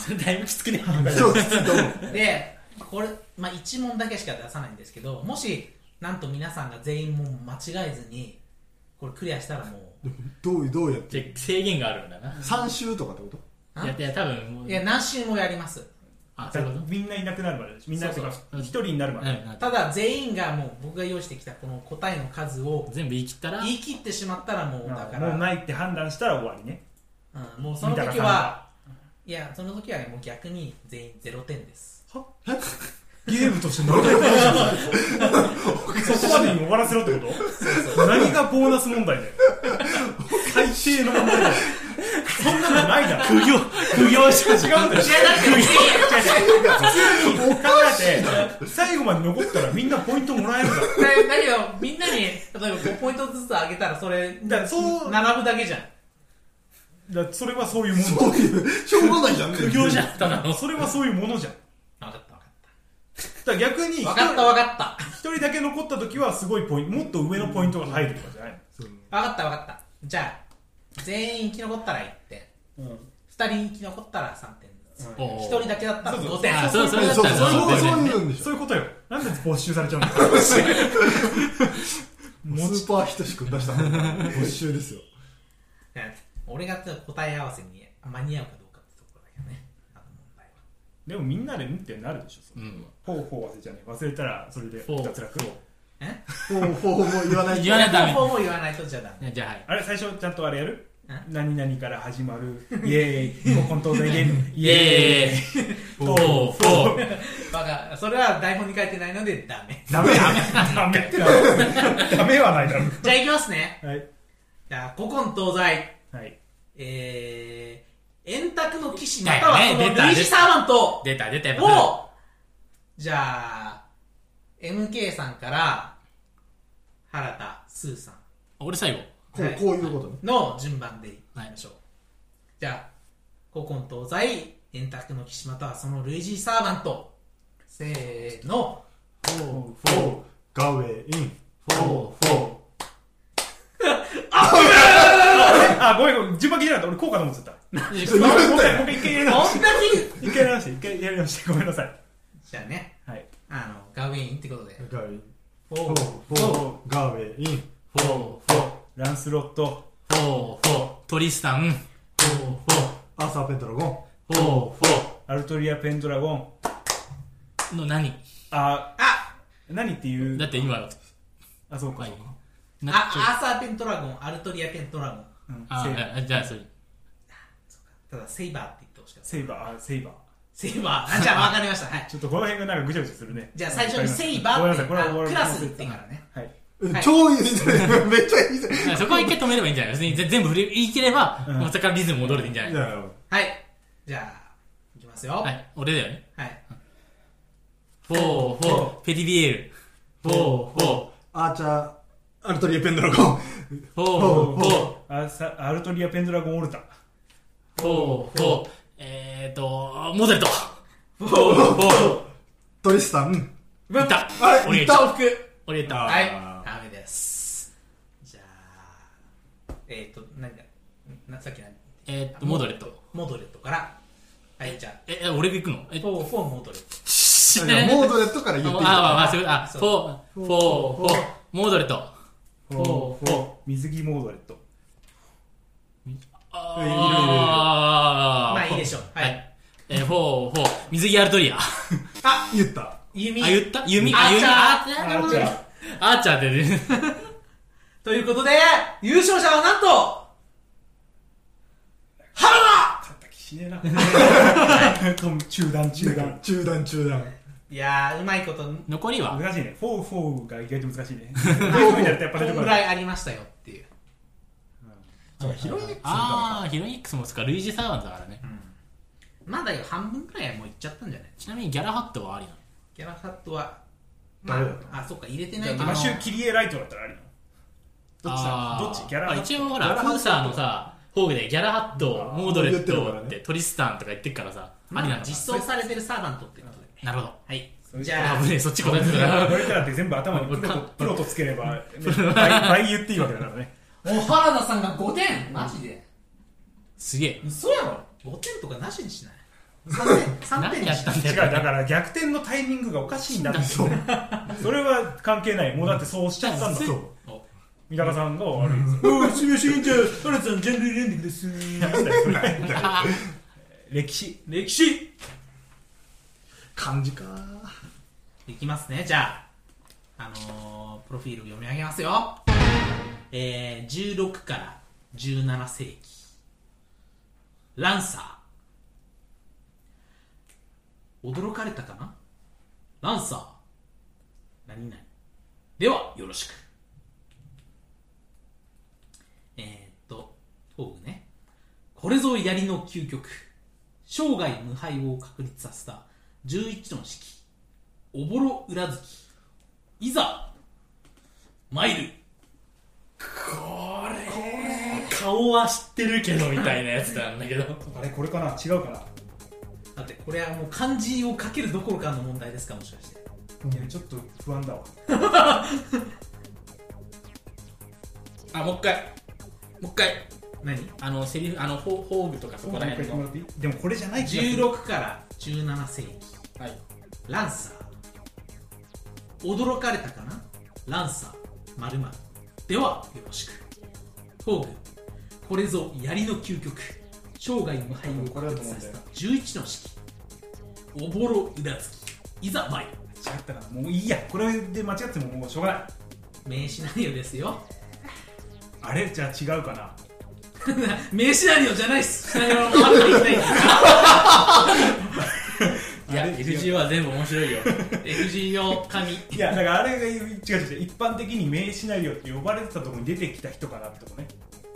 それ だいぶきつくねそうきついと思うでこれ、まあ、1問だけしか出さないんですけどもしなんと皆さんが全員もう間違えずにこれクリアしたらもうどうどうやってじゃあ制限があるんだな3周とかってことあいやいや多分もういや何周もやりますあそういうことみんないなくなるまでみんなっていうかそうそう一人になるまでうんただ全員がもう僕が用意してきたこの答えの数を全部言い切ったら言い切ってしまったらもうだあからもうないって判断したら終わりねうん、もうその見時たらはいやその時はもう逆に全員0点ですゲームとして乗れないそこまでに終わらせろってこと何がボーナス問題だよ最低の問題だよそんなのないだろ苦行苦行し違うんだよ普通に考えて最後まで残ったらみんなポイントもらえるからだだけどみんなに例えば5ポイントずつ上げたらそれだからそう並ぶだけじゃんだからそれはそういうものそういうしょうがないじゃん苦行じゃんただのそれはそういうものじゃん分かった分かっだから逆にた分かった分かった一人だけ残った時はすごいポイントもっと上のポイントが入るとかじゃないそう分かった分かったじゃあ全員生き残ったら1点の、 2人生き残ったら3点ずつうんおう1人だけだったら5点あそうそうそうそうそうそういうんでしそょういうことよなんで没収されちゃうんだよ もうスーパーひとしくん出したの没収ですよね俺が答え合わせに間に合うかどうかってところだけど ねあの問題はでもみんなで「ん?」ってなるでしょそれうんほうほう忘れちゃうね忘れたらそれでほう脱落えフォーフォーも言わない言わないとダメ方も言わないとじゃダメいやじゃあはいあれ最初ちゃんとあれやるん何々から始まるイエーイもうコント再現イイエーイエーイフォーフォーバカそれは台本に書いてないのでダメダメダメってなダメはないだろじゃあいきますねはいじゃあ古今東西はいえー、円卓の騎士またはその類似出た出たサーバント出た出たやっぱを、じゃあ、MK さんから、原田、スーさ俺最後こうこういうことねんの順番でいきましょう。じゃあ、古今東西、円卓の岸またはその類似サーバント。せーの。フォーフォーガウェイインフォーフォーあごめんごめん順番切れなかった俺効果と思っちゃった言わもうれ一た回よもう一回やり直同してじ一回やり直して一回やり直してごめんなさいじゃあね、はいあの、ガウェインってことで。ガウェイフォフォーーフォーガウェイインフォーフォーランスロットフォーフォートリスタンフォーフアーサーペンドラゴンォーフォーフォアルトリアペンドラゴンーの何ああ何っていうだって今あそうかはいそうかなあちょ、アーサーペントラゴン、アルトリアペントラゴン。うんあセイあじゃあそれただ、セイバーって言ってほしかった。セイバーあセイバーセイバー。あじゃあ、わかりました。はい。ちょっとこの辺がなんかぐちゃぐちゃするねじゃあ、最初にセイごめんバーなっさいて、これはあ俺クラスって言ってからはね。いはい超いいですねめっちゃいいですねだからそこは一回止めればいいんじゃない別にぜ全部振り言い切れば、うんまさからリズム戻れていいんじゃないいやはい。じゃあ、いきますよ。は。はいい、俺だよね。フォー、フォー、ペリビエール。フォー、フォアーチャーアルトリアペンドラゴンー、フォー、フォー、あさアルトリアペンドラゴンオルタフォー、フォー、えーと、モデルと。フォー、フォー、トリスタンいった。あれ俺い言っったた。往復俺言った。はいあ。ダメです。じゃあ、えっ、ー、と、何だなさっき何えーと、モドレット。。モドレットから。はい、じゃあ、え、え俺が行くのえ、フォー、フォー、モドレット。知いやモードレットから言っていいあ、かまあ、まあ、そういうことあ、フォー、フォー、フォー、モドレット。フォー、フォー。水着モードレットあいるいるいるーまあいいでしょうはい。えー、フォー、フォー、水着アルトリア。あ、言った弓。言った弓、アーあ、チ弓。ャーああーじゃアーチャーってね。ということで、優勝者はなんと、原 あった気しねえな中断中断中断中断いやーうまいこと残りは難しいね。フォーフォーが意外と難しいね。フォーフォーになるとやっぱ出てこんこなぐらい。いありましたよっていうそうヒロイン X みたいあなあヒロイン X もつか類似サーバントだからねまだよ半分ぐらいはもういっちゃったんじゃないちなみにギャラハットはありなのギャラファットは誰だっあそっか入れてなじいゃあ、けどマシュー・キリエ・ライトだったらありなのどっちだあーどっちギャラハットあ一応ギほャらラハッフトーサーのさホーグでギャラハットあーモードレッ言ってるからねトってトリスタンとか言ってるからさあまりなだの実装されてるサーバントってことでなるほどはいれじあゃあ危ねえそっち答えてたな 俺からって全部頭に プロとプロとつければ、ね倍倍言っていいわけだからね。お原田さんが5点マジですげえ嘘やろ5点とかなしにしない3点三点何にやしったないん だ違う、よだから逆転のタイミングがおかしいんだって。 それは関係ない。もうだってそうしちゃったんだ。そう。三鷹さんが悪いんですよ。うん、すみません、じゃあ、原田さん、ジャンルレンディングです。なんだよ、それ。 歴史。歴史感じかいきますねじゃああのー、プロフィール読み上げますよえー、16から17世紀ランサー驚かれたかなランサー何々ではよろしくえー、っとトーグねこれぞ槍の究極生涯無敗を確立させた11の式おぼろ裏月いざ参る顔は知ってるけどみたいなやつなんだけどあれ、これかな違うかなだってこれはもう漢字を書けるどころかの問題ですかもしかしていや、ちょっと不安だわ。あもう一回もう一回何 あのセリフあのホホーグとかそこら辺のでもこれじゃない気がする16から17世紀はいランサー驚かれたかなランサーまるまるではよろしくトーグこれぞ槍の究極生涯無敗を確立させた11の式おぼろ裏月いざ参る違ったなもういいやこれで間違ってももうしょうがない名シナリオですよあれじゃあ違うか な 名シナリオじゃないっす。シナリオの半分いない っす。いや FG は全部面白いよ FGO 神。いやだからあれが違う違う違う一般的に名シナリオって呼ばれてたとこに出てきた人かなってとこね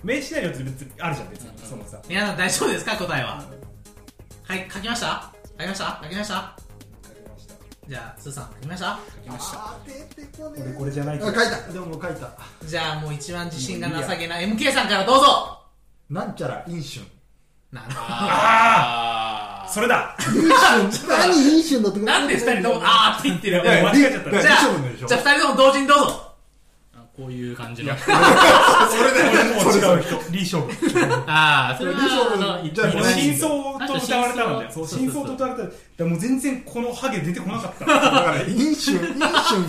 名シナリオって別にあるじゃん別に、そのさ皆さん大丈夫ですか答えは。はい、書きました書きました書きましたじゃあ、スーさん書きましたあー出てこね俺えこれじゃないあけ書いどたでももう書いたじゃあもう一番自信が情けない MK さんからどうぞなんちゃら飲酒なるほあそれだ飲酒何飲酒だってどなんで二人とも、あーって言ってるいやいやよ。間違えちゃったいやじゃ飲酒ものでしあ、ょじゃあ二人とも同時にどうぞあこういう感じの俺もう違う人リーショああそれはでしょあのじゃあいころれいろ真相と歌われたもんだよあそとう真真相相と歌われただからもう全然このハゲ出てこなかっただから飲酒飲酒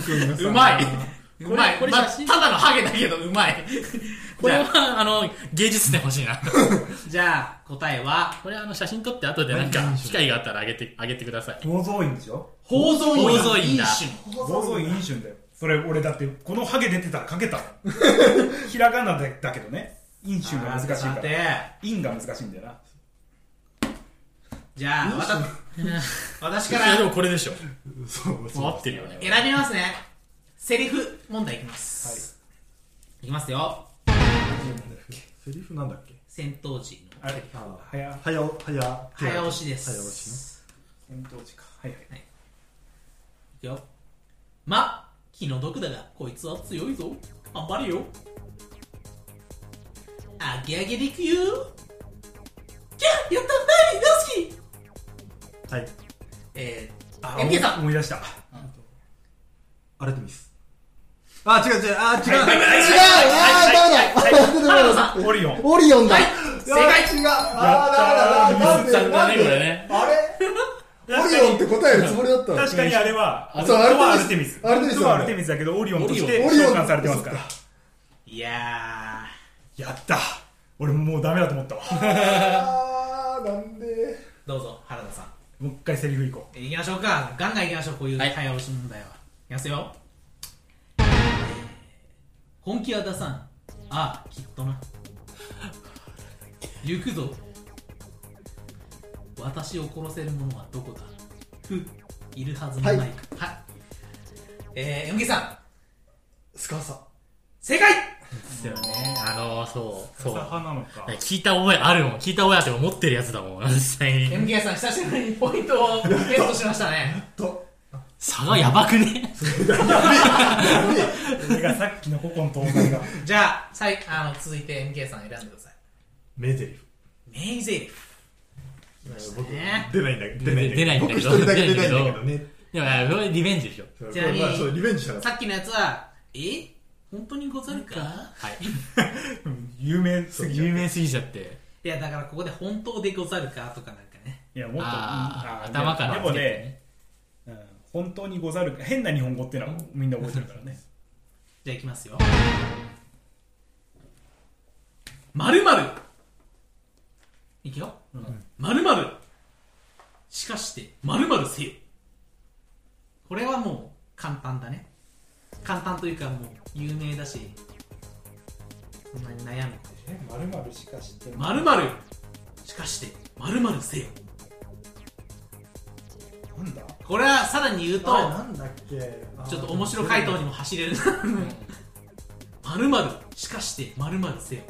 君がさうまいううまいまい。これまあ写真ただのハゲだけどうまい。これはあの芸術点欲しいなじゃあ、答えは、 これあの写真撮って後でなんか機会があったらあげてあげてください構造院でしょ宝蔵院。宝蔵院だ飲酒構造院飲酒だよそれ俺だってこのハゲ出てたらかけ たもんひらがなでだけどね飲酒が難しいさかてら、陰が難しいんだよなじゃあ、わた私かいやでらもこれでしょそうそう合ってるよね選びますね。セリフ問題いきます。いきますよ。セリフなんだっけ戦闘時のあれあー早早お早早押し早で押しねす。戦闘時かはいはいいくよ。ま、気の毒だが、こいつは強いぞ。頑張れよ。あげあげでいくよ。キャやった大好きはいえあ MK さ思んい思い出したアルテミスあ違う違うあ違う違うあはいーダメだはいダメだオリオンオリオンだはい正解いや違うあーダメだダメだやったーダメミスっちゃったねこだれねあれオリオンって答えるつもりだったの確かにあれはあ本そ当うはアアルルテテミミスス本当はアアルルテテミスだけどオリオンとしてオリオ召ン喚されてますからそっいややった俺もうダメだと思 ったわあーなんでー、どうぞ、原田さん。もう一回セリフいこいきましょうかガンガンいきましょうこういうはい早押し問題は、い、きますよ本気は出さんああきっとな行くぞ私を殺せる者はどこだふいるはずもないはい、えー、ヨンギさんスカサ正解ですよね。あの、そう、そう。派なのか。聞いた覚えあるもん。聞いた覚えあって思ってるやつだもん、実際に。 MK さん久しぶりにポイントをゲットしましたねと、差がやばくね それがさっきの古今東西が。じゃあさいあの続いて MK さん選んでくださいメゼリフ。名ゼリフ僕ね出ないんだけど、出ないんだけど僕一人だけ出ないんだけどね。いや、それリベンジでしょ。ちなみにまあそうリベンジしたから。さっきのやつはえ本当にござるかはい。有名すぎる。 有名すぎちゃって。いやだからここで本当でござるかとかなんかねいや、もっと、あーうん頭からでもね、うん本当にござるか、変な日本語っていうのはみんな覚えてるからね。じゃあいきますよまるまるいくよまるまるしかしてまるまるせよこれはもう簡単だね簡単というかもう有名だしそんなに悩むまるまるしか知ってまるまるしかしてまるまるせよなんだこれはさらに言うとあれなんだっけちょっと面白回答にも走れる まるまるしかしてまるまるせよ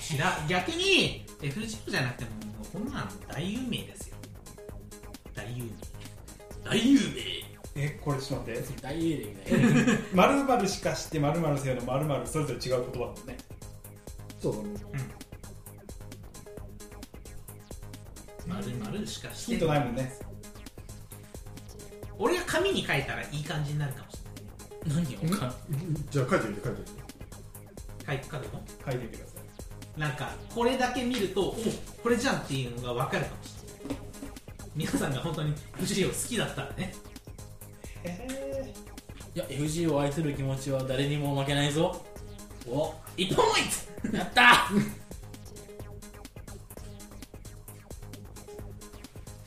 知ら逆に FGO じゃなくてももうこんなん大有名ですよ大有名大有名え、これちょっと待って。大英霊みたいな。まるまるしか知ってまるまるせよのまるまるそれぞれ違う言葉だもんね。そうだね。まるまるしかしてヒントないもんね。俺が紙に書いたらいい感じになるかもし 何をかじゃあ書いてみて書いてみて。れない書いて書くの書いてみてください。なんかこれだけ見るとおこれじゃんっていうのが分かるかもしれない皆さんが本当に FGO 好きだったらねいや、FG を愛する気持ちは誰にも負けないぞ。お、一本もいやった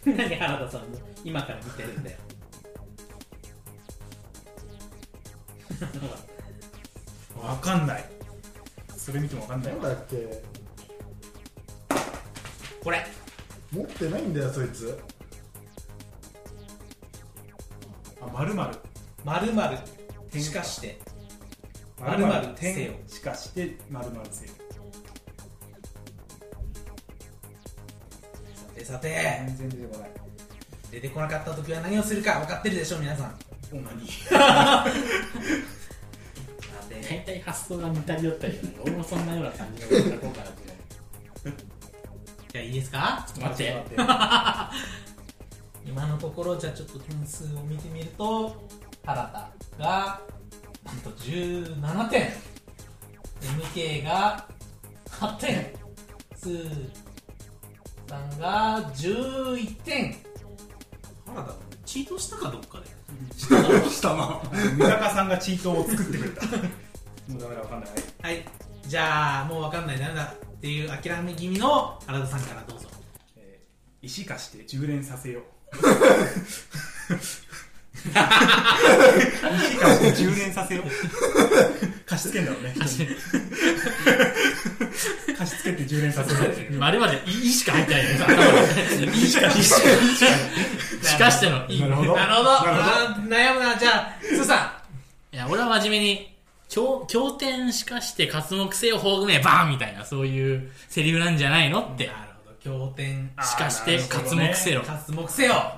何原田さんも今から見てるんだよわかんない。それ見てもわかんないなん。だっけこれ持ってないんだよ、そいつ。あ、まるまる。まるまるしかしてまるまるせよしかしてまるまるせよ。さてさて全然出てこない。出てこなかった時は何をするか分かってるでしょ皆さんオナニー。さて大体発想が似たり寄ったりだね俺もそんなような感じのこと書こうかなって。じゃあいいですか 待って。今のところじゃあちょっと点数を見てみると原田がなんと17点 MK が8点スーさんが11点原田チートしたかどっかで下な。三鷹さんがチートを作ってくれ た。もうダメだ、わかんない。はいじゃあもう分かんないダメだっていう諦め気味の原田さんからどうぞえー石化して充電させ よう。石化して充電させよう。貸し付けんだろうね。人に貸し付けて充電させよう。まるまで「い」しか入ってないよね。いしか、いしか、しかしての「い」。いなるほど。なるなるほほどどあー悩むなじゃあスーさや、俺は真面目に、経経典しかして活目せよ方組めバーンみたいな、そういうセリフなんじゃないのっんて。なるほど経典しかして活目せよ。活目せよ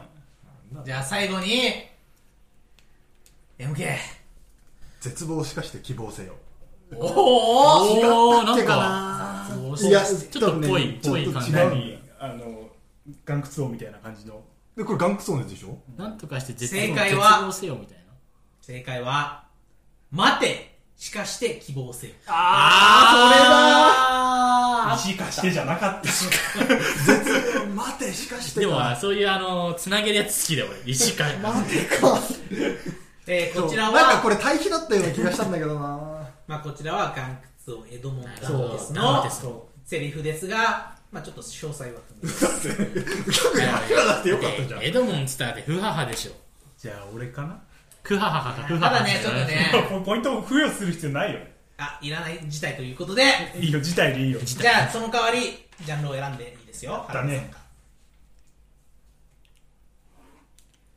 じゃあ最後に MK 絶望しかして希望せよ。おおおー、な違んっか、たっけかそういやちょっとぽい、多ぽ分ねちょっ。とい感じ違う何あの、岩窟王みたいな感じの。で、これガンクソーネでしょなんとかして絶正望解は絶望せよみたいな。正解は待てしかして希望せよあ石化してじゃなかった。待て、しかしそれだでも、そういうあの、つなげるやつ好きだよ、俺。石か。待てか。えーこちらなんかはこれ対比だったような気がしたんだけどなまあこちらは岩窟王江戸門ダンテそうスダンのテスセリフですがまあちょっと詳細は不明枕だってよかったじゃん。エドモンっつったらね、ふははでしょ。じゃあ、俺かな くはははか、ふはたははだねちょっとねポイントを付与する必要ないよ。あ、いらない事態ということで、いいよ、事態でいいよ。じゃあその代わり、ジャンルを選んでいいですよ。だね原田さんが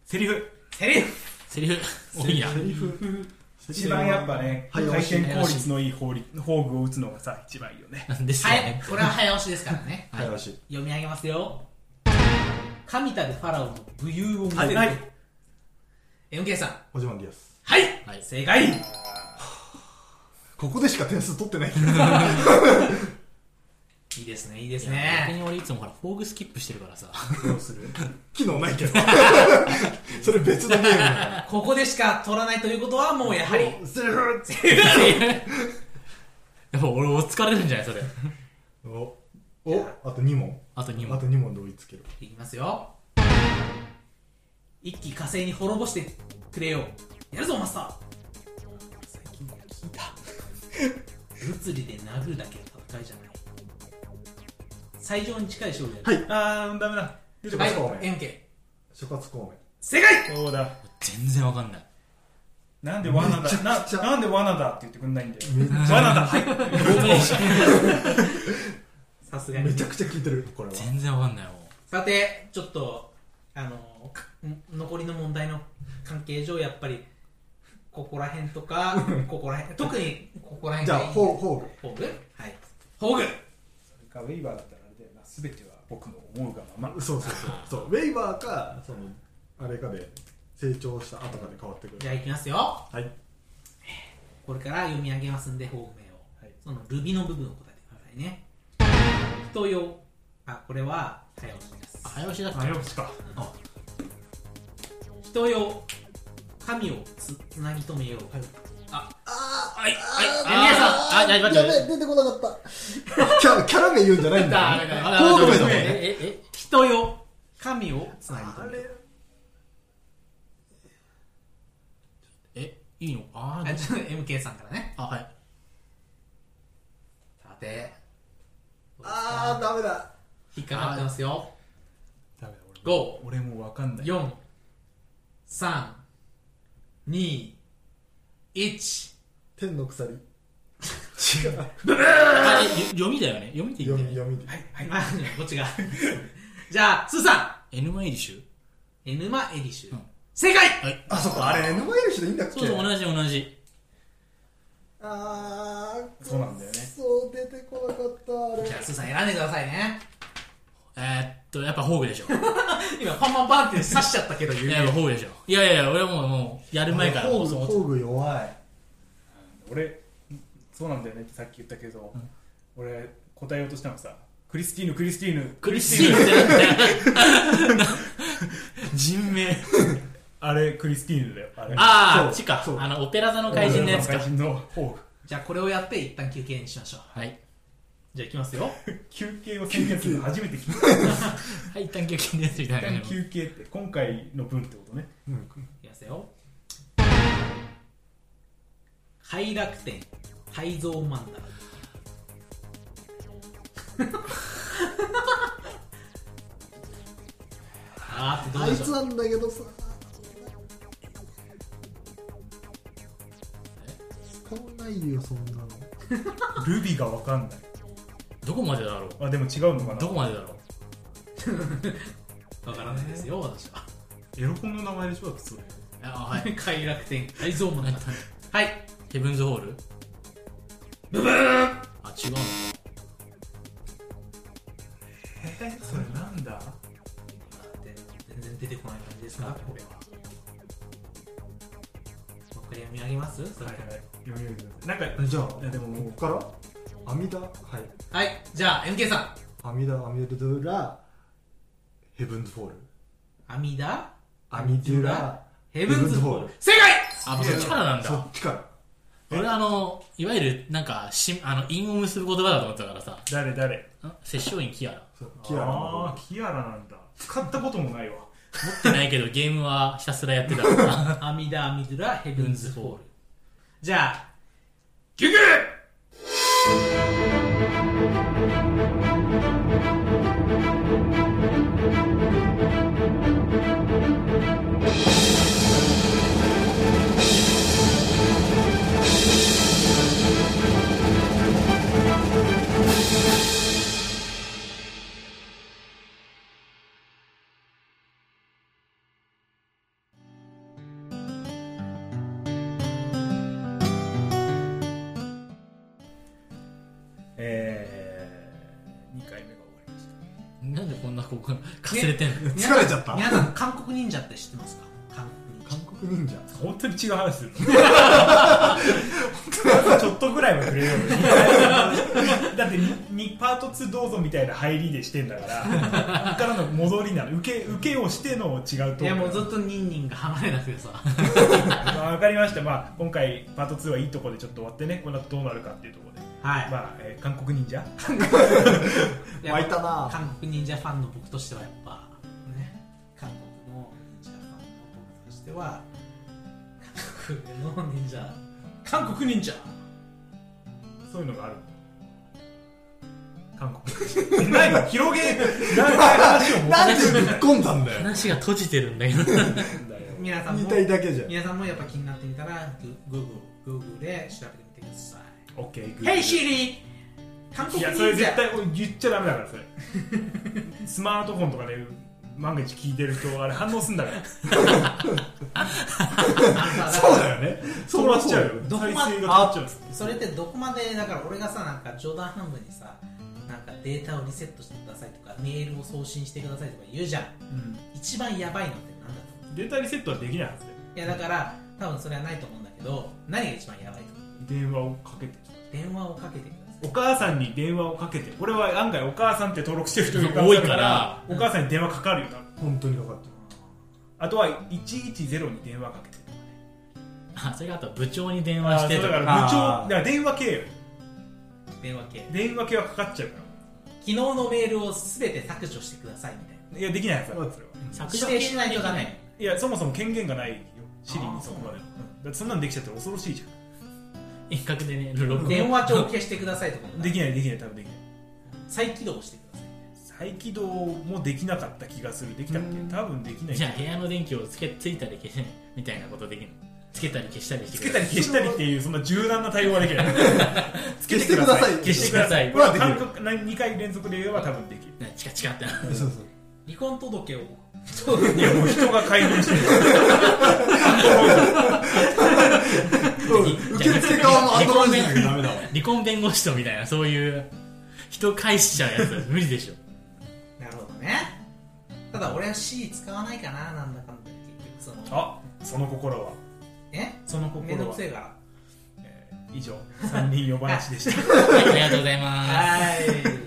セリフセリフセリフ多いなセリフ一番やっぱね、は回い転効率のいい法律法具を打つのがさ、一番いいよね。なんですよはねい、これは早押しですからね。はいよし読み上げますよ。神田でファラオの武勇を見せる。はい MK さん。おじまんディアスはい、はい正解ここでしか点数取ってないいいですね、いいです逆ね。に俺いつもほらフォーグスキップしてるからさどうする機能ないけ どそれ別のゲームだからここでしか取らないということは、もうやはり、セリフやっぱ俺お疲れるんじゃないそれおおあと2問あと2あ問と2問で追いつけるいきますよ。一気火星に滅ぼしてくれよ。やるぞ、マスター最近聞いた。物理で殴るだけの戦いじゃない。最上に近い勝利だよ。はいあー、ダメだ。はい、そうね MK。諸葛孔正解そうだ。全然わかんないなんで罠めちだゃくちゃな、なんで罠だって言ってくんないんだよ。明め罠だ、はい。さすがめにち。ゃくちゃ聞いてるこれは全然わかんないもうさて、ちょっと、あの、か残りの問題の関係上、やっぱり、ここら辺と か、ここら辺、特にここら辺じゃあがいいほうほう宝具はい。宝具かウェイバーだったらあれだよな、すべては僕の思うがまま。そうそうそうそうウェイバーかそのあれかで成長した後かで変わってくじるゃあ、いきますよ。はいこれから読み上げますんで、方面を。はいそのルビの部分を答えてくださいね。人用。あ、これは、早押しですあ。早押しだっあ、たよしか。人用。神をつつなぎ止めよう。はいはいああ皆さんあじゃあ待ってやべ出てこなかったキャキャラ名言うんじゃないんだあよねあフォーグのねえええ人よ神をつなぎあ止めよう。れえいいのああ、ちょっと MK さんからね。あはいさて、あーダメだ引っかかってますよ。ダメだ、 5、俺も。俺もわかんない。 4、3、2、1。天の鎖違う読あえ読みだよね読みって言っみて読みではい。あ、こっちが。 じゃあ、スーさ N マイリッシュん。エヌマエリシュ。うん正解はいあそっかあれ N マイル人でいいんだっけそうそう同じ同じあーそうなんだよねそう出てこなかったあれじゃあ、スーさん選んでくださいね。えーっとやっぱフォーグでしょ今、パンパンパンって刺しちゃったけど、い言ややっぱフォーグでしょいやいやいや俺はもうもうやる前から工もう具そう工具弱い俺、そうなんだよねってさっき言ったけど、俺、答えようとしたのさ、クリスティーヌ、クリスティーヌ、クリスティーヌってなんだよ人名あれ、クリスティーヌだよ。あれ。あああっそちうかそうあのオペラ座の怪人のやつか怪人の方じゃあ、これをやって、一旦休憩にしましょう。はいじゃあ、いきますよ。休憩を宣言するの初めて聞いはい一旦休憩ですみたた。一いなね旦休憩って、今回の分ってことね。いきますよ。快楽天、改造マンダラ。あーってどあういでしつょうなんだけどさ使わないよそんなのルビがわかんない。どこまでだろうあ、でも違うのかなどこまでだろうわからないですよ、私は。エロ本の名前でしょだってそれ。あはい快楽天、改造マンダラ。はい。ヘブンズホールブブーあ違うのえそれなんだ全然出てこない感じですかこれは。もう一回読み上げますそれははいいはい。読み上げてください。なんか、えじいゃやあででもももうここから網田はいはい。じゃあ、MK さ網田網田ドゥラヘブンズフォールん。阿弥陀、網デュラヘブンズホール。正あもうそっちからなんそだっちから俺あのいわゆるなんかしあの韻を結ぶ言葉だと思ってたからさ誰誰ん殺生院キアラそうキアラの方あー、キアラなんだ。使ったこともないわ。持ってないけどゲームはひたすらやってたから解アミダ、アミドゥラ、ヘブンズホールル。じゃあ、休憩あえー、2回目が終わりましたなんでこんなここかすれてんの、疲れちゃった皆さん、韓国忍者って知ってますか韓国忍韓国忍者本当に違う話する ちょっとぐらいは触れようよ だってににパート2どうぞみたいな入りでしてんだからここからの戻りなの受け受けをしての違うと者。いや、もうずっとニンニンが離れなくてさ。まあ、分かりました、まあ、今回パート2はいいところでちょっと終わってねこの後どうなるかっていうところで、はい。まあえー韓国忍者や湧いたな韓国忍者ファンの僕としてはやっぱね韓国の忍者ファンの僕としては韓国の忍者韓国忍者そういうのがある韓 国ないの広げ何回話を持なんで突っ込んだんだ よ話が閉じてるんだけどつんだよ皆さん言いもたいだけじゃん皆さんもやっぱ気になってみたらグ Google, Google で調べてみてください OK グー Hey Siri 韓い国やそれ忍絶者対言っちゃダメだからそれスマートフォンとかで万が一聞いてる人あれ反応すんだからあ そうだよねそうなっちゃうよどこまで再生が止まっちゃそれってどこまでだから俺がさなんか冗談半分にさなんかデータをリセットしてくださいとかメールを送信してくださいとか言うじゃんう、一番やばいのってなんだとうん、データリセットはできないはずだよ思ういやだから多分それはないと思うんだけど何が一番やばいと思う電話をかけて電話をかけてくださいお母さんに電話をかけてこれは案外お母さんって登録してる人が多いからお母さんに電話かかるよ多分本当に分かっあとは110に電話かけてるあそれがあと部長に電話してそうとだかからあー部長だから電話系よ電話系昨電話系はかかっちゃうか日のメールを全て削除してくださいみたいならいやできないはずだからそれは削指定しないとダメいやそもそも権限がないよシリにそこまであーそううんだってそんなんできちゃったら恐ろしいじゃ遠隔でね録音電話帳を消してくださいとかもんできないできない多分できない再起動してください再起動もできなかった気がするできたっけ多分できないじゃあ部屋の電気をつけついたり消せみたいなことできるつけたり消したりしてつけたり消したりっていうそんな柔軟な対応はできないつけてください消してください消してください感覚な2回連続で言えば多分できるなチカチカってなたそうそう離婚届 をいやもう人が介入してるうん受付側もアドバイスしなきゃダメだわ離婚弁護士とみたいなそういう人返しちゃうやつ無理でしょなるほどねただ俺は C 使わないかななんだかんだ結局そのあその心はえそのめん心どくはせえから以上3人呼ばなしでしたはいありがとうございますはい